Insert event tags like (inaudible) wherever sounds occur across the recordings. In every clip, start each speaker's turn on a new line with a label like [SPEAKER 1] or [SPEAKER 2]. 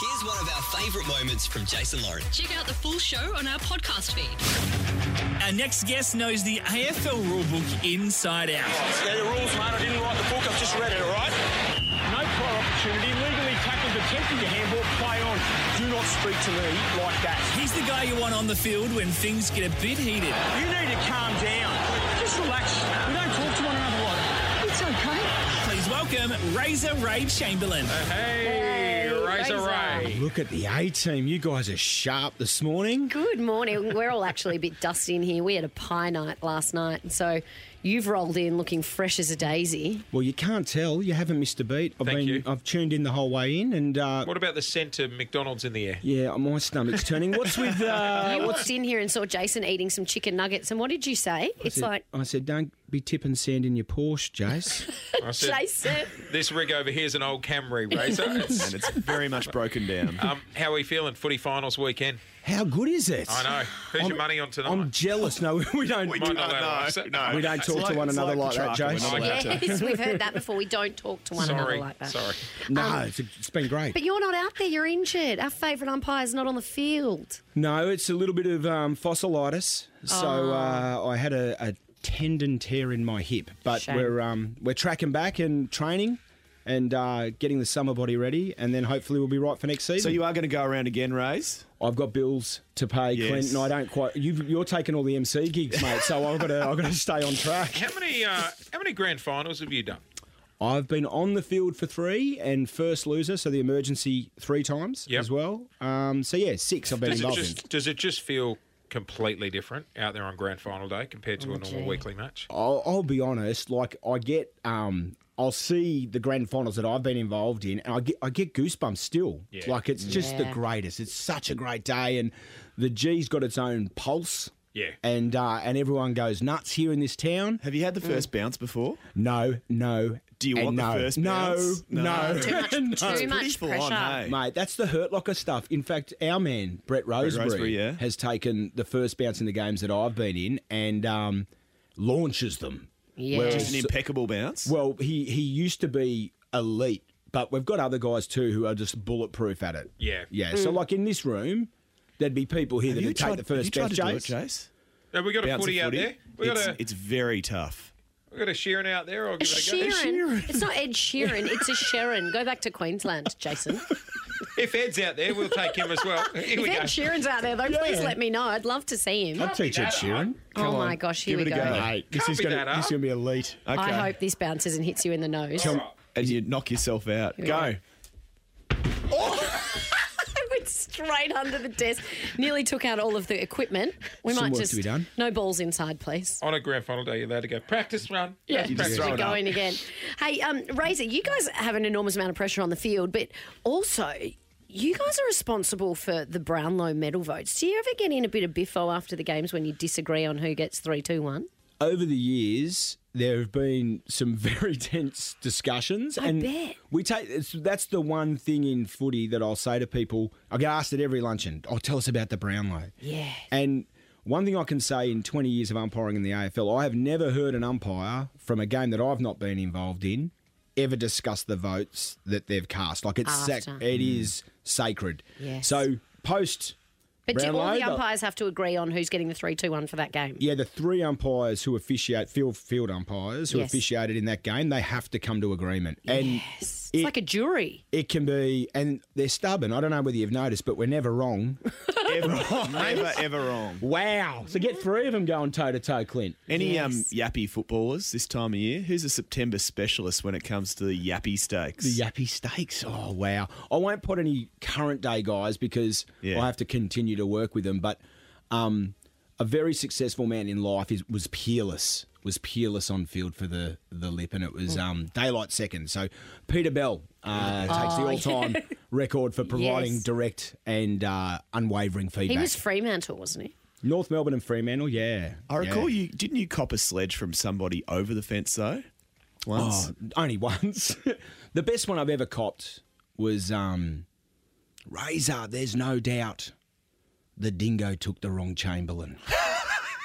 [SPEAKER 1] Here's one of our favourite moments from Jason Lauren.
[SPEAKER 2] Check out the full show on our podcast feed.
[SPEAKER 3] Our next guest knows the AFL rulebook inside out.
[SPEAKER 4] Yeah, the rules, man. I didn't write the book. I've just read it, all right? No prior opportunity. Legally tackled, attempting to handball. Play on. Do not speak to me like that.
[SPEAKER 3] He's the guy you want on the field when things get a bit heated.
[SPEAKER 4] You need to calm down. Just relax. We don't talk to one another like that. It's okay.
[SPEAKER 3] Please welcome Razor Ray Chamberlain.
[SPEAKER 5] Hey, Razor Ray.
[SPEAKER 6] Look at the A team. You guys are sharp this morning.
[SPEAKER 7] Good morning. We're all actually a bit dusty in here. We had a pie night last night, and so you've rolled in looking fresh as a daisy.
[SPEAKER 6] Well, you can't tell. You haven't missed a beat. I've
[SPEAKER 5] Thank
[SPEAKER 6] been
[SPEAKER 5] you.
[SPEAKER 6] I've tuned in the whole way in and uh
[SPEAKER 5] What about the scent to McDonald's in the air?
[SPEAKER 6] yeah, my stomach's turning. What's with uh
[SPEAKER 7] You walked in here and saw Jason eating some chicken nuggets, and what did you say? It's
[SPEAKER 6] I said-
[SPEAKER 7] like,
[SPEAKER 6] I said, don't be tipping sand in your Porsche, Jace.
[SPEAKER 7] (laughs)
[SPEAKER 5] I said,
[SPEAKER 7] Jason.
[SPEAKER 5] This rig over here is an old
[SPEAKER 7] (laughs)
[SPEAKER 5] Camry, Razor. It's-
[SPEAKER 8] and it's very much broken
[SPEAKER 5] (laughs)
[SPEAKER 8] down.
[SPEAKER 5] um, how are we feeling? Footy finals weekend.
[SPEAKER 6] How good is it?
[SPEAKER 5] I know. Who's
[SPEAKER 6] I'm-
[SPEAKER 5] your money on tonight?
[SPEAKER 6] I'm jealous. No, (laughs) we don't.
[SPEAKER 5] Might not have that.
[SPEAKER 6] We don't talk to one another like that, Jace.
[SPEAKER 7] Yes, we've heard that before. We don't talk to one
[SPEAKER 5] Sorry,
[SPEAKER 7] another like that.
[SPEAKER 5] sorry.
[SPEAKER 6] no, it's, it's been great.
[SPEAKER 7] But you're not out there. You're injured. Our favourite umpire is not on
[SPEAKER 5] (laughs)
[SPEAKER 7] the field.
[SPEAKER 6] No, it's a little bit of um, fossilitis. So uh, I had a, a tendon tear in my hip, but
[SPEAKER 7] Shame.
[SPEAKER 6] we're um, we're tracking back and training and uh, getting the summer body ready, and then hopefully we'll be right for next
[SPEAKER 8] So
[SPEAKER 6] season.
[SPEAKER 8] you are going to go around again, Rays?
[SPEAKER 6] I've got bills to pay,
[SPEAKER 8] Yes.
[SPEAKER 6] Clint, and I don't quite. You've, you're taking all the MC gigs, mate. So I've got to I've got to stay
[SPEAKER 8] (laughs)
[SPEAKER 6] on track.
[SPEAKER 5] How many uh, how many grand finals have you done?
[SPEAKER 6] I've been on the field for three and first loser, so the emergency three times
[SPEAKER 5] Yep.
[SPEAKER 6] as well. Um, so yeah, six I've been
[SPEAKER 5] Does it
[SPEAKER 6] involved in.
[SPEAKER 5] just does it just feel completely different out there on grand final day compared to a normal
[SPEAKER 7] Oh, gee.
[SPEAKER 5] weekly match?
[SPEAKER 6] I'll, I'll be honest. Like I get, um, I'll see the grand finals that I've been involved in, and I get, I get goosebumps still.
[SPEAKER 5] Yeah.
[SPEAKER 6] Like it's just the
[SPEAKER 7] Yeah.
[SPEAKER 6] greatest. It's such a great day, and the G's got its own pulse.
[SPEAKER 5] Yeah.
[SPEAKER 6] and uh, and everyone goes nuts here in this town.
[SPEAKER 8] (laughs) Have you had the first bounce
[SPEAKER 6] (laughs)
[SPEAKER 8] before?
[SPEAKER 6] No, no.
[SPEAKER 8] Do you
[SPEAKER 6] and
[SPEAKER 8] want the
[SPEAKER 6] no.
[SPEAKER 8] first
[SPEAKER 6] No,
[SPEAKER 8] bounce?
[SPEAKER 6] no,
[SPEAKER 8] No.
[SPEAKER 7] Too much, too
[SPEAKER 8] Pretty
[SPEAKER 7] much
[SPEAKER 8] full
[SPEAKER 7] pressure.
[SPEAKER 8] on, hey?
[SPEAKER 6] (laughs) Mate, that's the Hurt Locker stuff. In fact, our man, Brett Rosebery,
[SPEAKER 8] Rosebery, yeah.
[SPEAKER 6] has taken the first bounce in the games that I've been in and um, launches them.
[SPEAKER 7] Yeah.
[SPEAKER 8] Just an impeccable bounce.
[SPEAKER 6] Well, he he used to be elite, but we've got other guys too who are just bulletproof at it.
[SPEAKER 5] Yeah.
[SPEAKER 6] yeah. So like in this room, there'd be people here that
[SPEAKER 8] you
[SPEAKER 6] would take
[SPEAKER 8] tried,
[SPEAKER 6] the
[SPEAKER 8] have you
[SPEAKER 6] first
[SPEAKER 8] tried
[SPEAKER 6] best.
[SPEAKER 8] to do it,
[SPEAKER 6] Jace.
[SPEAKER 8] Jace?
[SPEAKER 5] Have we got a
[SPEAKER 8] Bounce
[SPEAKER 5] footy,
[SPEAKER 8] a
[SPEAKER 5] out there? We got
[SPEAKER 8] It's,
[SPEAKER 5] a
[SPEAKER 8] it's very
[SPEAKER 6] (laughs)
[SPEAKER 8] tough.
[SPEAKER 5] we got a Sheeran out there. I'll
[SPEAKER 7] A
[SPEAKER 5] give it a go.
[SPEAKER 7] Sheeran. It's not Ed Sheeran. It's a Sharon. Go back to Queensland, Jason.
[SPEAKER 5] If Ed's out there, we'll take him as well. (laughs) Here we
[SPEAKER 7] If
[SPEAKER 5] go.
[SPEAKER 7] Ed Sheeran's out there, though, please let me know. I'd love to see him.
[SPEAKER 6] I'd teach Ed Sheeran.
[SPEAKER 7] oh my gosh, here
[SPEAKER 8] Give
[SPEAKER 7] we
[SPEAKER 8] it
[SPEAKER 7] go.
[SPEAKER 8] a go.
[SPEAKER 6] Mate, this
[SPEAKER 5] Can't
[SPEAKER 6] is
[SPEAKER 5] be
[SPEAKER 6] gonna
[SPEAKER 5] that hard.
[SPEAKER 6] this is gonna be elite.
[SPEAKER 8] Okay.
[SPEAKER 7] I hope this bounces and hits you in the nose.
[SPEAKER 8] And you knock yourself out. Go.
[SPEAKER 7] (laughs) I went straight under the desk. Nearly took out all of the equipment. We
[SPEAKER 6] Some
[SPEAKER 7] might
[SPEAKER 6] work to
[SPEAKER 7] just
[SPEAKER 6] be done.
[SPEAKER 7] no balls inside, please.
[SPEAKER 5] On a grand final day, you're allowed to go practice run.
[SPEAKER 7] Yeah,
[SPEAKER 8] just throw
[SPEAKER 7] we're
[SPEAKER 8] it up.
[SPEAKER 7] going again. Hey, um, Razor, you guys have an enormous amount of pressure on the field, but also you guys are responsible for the Brownlow medal votes. Do you ever get in a bit of biffo after the games when you disagree on who gets three, two, one?
[SPEAKER 6] Over the years, there have been some (laughs) very tense discussions,
[SPEAKER 7] I
[SPEAKER 6] and
[SPEAKER 7] bet.
[SPEAKER 6] we take it's, that's the one thing in footy that I'll say to people. I get asked at every luncheon, "Oh, tell us about the Brownlow."
[SPEAKER 7] Yeah.
[SPEAKER 6] And one thing I can say in 20 years of umpiring in the AFL, I have never heard an umpire from a game that I've not been involved in ever discuss the votes that they've cast. Like it's sac-
[SPEAKER 7] After.
[SPEAKER 6] it is sacred.
[SPEAKER 7] Yes.
[SPEAKER 6] So post
[SPEAKER 7] But do all
[SPEAKER 6] Brownlow,
[SPEAKER 7] the
[SPEAKER 6] they'll-
[SPEAKER 7] umpires have to agree on who's getting the three, two, one for that game?
[SPEAKER 6] yeah, the three umpires who officiate field field umpires who
[SPEAKER 7] Yes.
[SPEAKER 6] officiated in that game, they have to come to agreement. And
[SPEAKER 7] Yes. It's
[SPEAKER 6] it-
[SPEAKER 7] like a jury.
[SPEAKER 6] it can be and they're stubborn. I don't know whether you've noticed, but we're never
[SPEAKER 7] (laughs)
[SPEAKER 6] wrong.
[SPEAKER 8] Ever, never, ever wrong.
[SPEAKER 6] wow. So get three of them going toe to toe, Clint.
[SPEAKER 8] Any
[SPEAKER 7] Yes.
[SPEAKER 8] um, yappy footballers this time of year? Who's a September specialist when it comes to the yappy stakes?
[SPEAKER 6] The yappy steaks. Oh wow! I won't put any current day guys because
[SPEAKER 8] Yeah.
[SPEAKER 6] I have to continue to work with them. But um, a very successful man in life is, was peerless. Was peerless on field for the the lip, and it
[SPEAKER 7] Mm.
[SPEAKER 6] was um, daylight second. So Peter Bell uh, takes the
[SPEAKER 7] (laughs)
[SPEAKER 6] all time record for providing
[SPEAKER 7] Oh. Yes.
[SPEAKER 6] direct and uh, unwavering
[SPEAKER 7] He
[SPEAKER 6] feedback.
[SPEAKER 7] was Fremantle, wasn't he?
[SPEAKER 6] North Melbourne and Fremantle. Yeah,
[SPEAKER 8] I recall
[SPEAKER 6] yeah.
[SPEAKER 8] you didn't you cop a sledge from somebody over the fence though? Once.
[SPEAKER 6] Oh, only (laughs) once. the best one I've ever copped was um, Razor. There's no doubt the dingo took the wrong Chamberlain.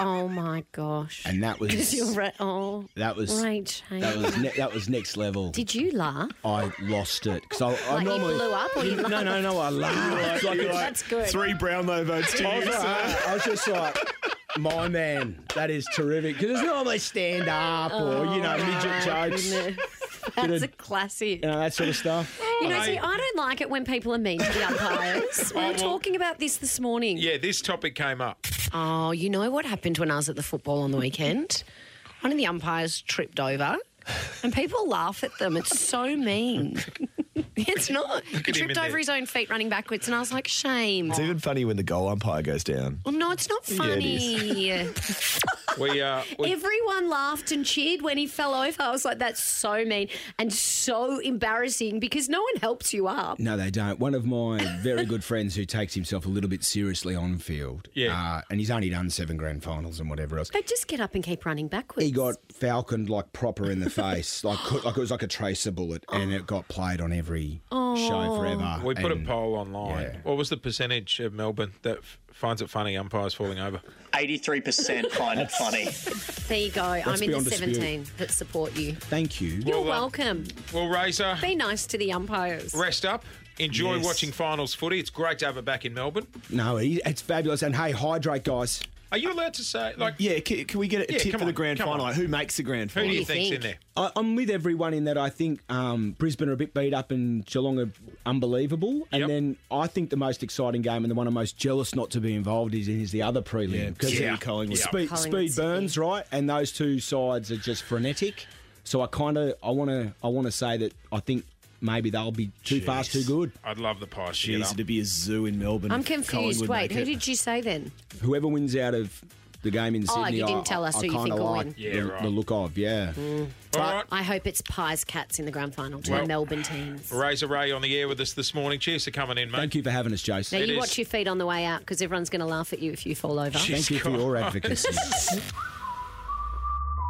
[SPEAKER 7] Oh my gosh.
[SPEAKER 6] And that was-
[SPEAKER 7] (laughs) 'Cause you're right. Oh,
[SPEAKER 6] That was
[SPEAKER 7] Right,
[SPEAKER 6] that was ne- that was next level.
[SPEAKER 7] did you laugh?
[SPEAKER 6] I lost it because I, I
[SPEAKER 7] Like you
[SPEAKER 6] normally
[SPEAKER 7] blew up or you
[SPEAKER 6] (laughs) no no no I laughed. Like, it's-
[SPEAKER 7] (laughs) That's good.
[SPEAKER 8] Three Brownlow votes to
[SPEAKER 6] I
[SPEAKER 8] you.
[SPEAKER 6] was,
[SPEAKER 8] sir.
[SPEAKER 6] like, I was just like, my man, that is terrific. Because it's normally stand up or, you know,
[SPEAKER 7] Oh,
[SPEAKER 6] midget jokes, you
[SPEAKER 7] That's a classic.
[SPEAKER 6] know, that sort of stuff.
[SPEAKER 7] You know, see, I don't like it when people are mean to the umpires. we were talking about this this morning.
[SPEAKER 5] Yeah, this topic came up.
[SPEAKER 7] Oh, you know what happened when I was at the football on the weekend? One of the umpires tripped over, and people laugh at them. It's so mean. it's not. He
[SPEAKER 5] at him
[SPEAKER 7] tripped
[SPEAKER 5] in
[SPEAKER 7] over
[SPEAKER 5] there.
[SPEAKER 7] his own feet running backwards, and I was like, shame.
[SPEAKER 8] It's even funny when the goal umpire goes down.
[SPEAKER 7] Well, no, it's not
[SPEAKER 8] it
[SPEAKER 7] funny.
[SPEAKER 5] We uh, we,
[SPEAKER 7] (laughs) Everyone laughed and cheered when he fell over. I was like, that's so mean and so embarrassing because no one helps you up.
[SPEAKER 6] No, they don't. One of my very good friends who takes himself a little bit seriously on field,
[SPEAKER 5] Yeah.
[SPEAKER 6] uh, and he's only done seven grand finals and whatever else.
[SPEAKER 7] They just get up and keep running backwards.
[SPEAKER 6] He got falconed like proper in the face, (laughs) like could- like it was like a tracer bullet, and it got played on every show forever.
[SPEAKER 5] we put a
[SPEAKER 6] and-
[SPEAKER 5] poll online.
[SPEAKER 6] yeah.
[SPEAKER 5] What was the percentage of Melbourne that f- finds it funny umpires falling over?
[SPEAKER 9] 83% find it funny.
[SPEAKER 7] There you go. I'm in
[SPEAKER 6] beyond
[SPEAKER 7] the
[SPEAKER 6] dispute.
[SPEAKER 7] 17 that support you.
[SPEAKER 6] Thank you.
[SPEAKER 7] You're
[SPEAKER 5] Well, uh,
[SPEAKER 7] welcome.
[SPEAKER 5] Well, Razor,
[SPEAKER 7] Be nice to the umpires.
[SPEAKER 5] rest up. Enjoy
[SPEAKER 8] Yes.
[SPEAKER 5] watching finals footy. It's great to have it back in Melbourne.
[SPEAKER 6] No, he- it's fabulous. And hey, hydrate, guys.
[SPEAKER 5] Are you allowed to say like
[SPEAKER 8] Yeah, can, can we get a
[SPEAKER 5] Yeah,
[SPEAKER 8] tip
[SPEAKER 5] come
[SPEAKER 8] for the
[SPEAKER 5] on,
[SPEAKER 8] grand
[SPEAKER 5] come
[SPEAKER 8] final?
[SPEAKER 5] on.
[SPEAKER 8] Like, who makes the grand
[SPEAKER 5] who
[SPEAKER 8] final?
[SPEAKER 5] do you
[SPEAKER 7] you
[SPEAKER 5] think's in
[SPEAKER 7] think?
[SPEAKER 5] there?
[SPEAKER 6] I, I'm with everyone in that I think um, Brisbane are a bit beat up and Geelong are unbelievable. And
[SPEAKER 5] Yep.
[SPEAKER 6] then I think the most exciting game and the one I'm most jealous not to be involved is is the other prelim because
[SPEAKER 8] City Collingwood.
[SPEAKER 6] speed,
[SPEAKER 7] Collingwood
[SPEAKER 6] speed burns right, and those two sides are just frenetic. So I kind of I want to I want to say that I think maybe they'll be too fast, too good.
[SPEAKER 5] I'd love the Pies. to get
[SPEAKER 8] Jeez,
[SPEAKER 5] up.
[SPEAKER 8] it'd be a zoo in Melbourne.
[SPEAKER 7] I'm
[SPEAKER 8] if
[SPEAKER 7] confused.
[SPEAKER 8] Collingwood
[SPEAKER 7] Wait,
[SPEAKER 8] make
[SPEAKER 7] who
[SPEAKER 8] it.
[SPEAKER 7] did you say then?
[SPEAKER 6] Whoever wins out of the game in
[SPEAKER 7] Oh,
[SPEAKER 6] Sydney,
[SPEAKER 7] you didn't
[SPEAKER 6] I-
[SPEAKER 7] tell us
[SPEAKER 6] I,
[SPEAKER 7] who you
[SPEAKER 6] kinda
[SPEAKER 7] think will
[SPEAKER 6] like
[SPEAKER 7] win.
[SPEAKER 6] The,
[SPEAKER 5] Yeah, right. Mm.
[SPEAKER 6] the look of yeah.
[SPEAKER 5] All right.
[SPEAKER 7] I hope it's Pies Cats in the grand final to
[SPEAKER 5] Well-
[SPEAKER 7] the Melbourne teams.
[SPEAKER 5] Razor Ray on the air with us this morning. Cheers for coming in, mate.
[SPEAKER 6] Thank you for having us, Jace.
[SPEAKER 7] Now,
[SPEAKER 5] It
[SPEAKER 7] you
[SPEAKER 5] is.
[SPEAKER 7] watch your feet on the way out because everyone's going to laugh at you if you fall over.
[SPEAKER 6] Thank you for
[SPEAKER 5] (laughs)
[SPEAKER 6] your advocacy.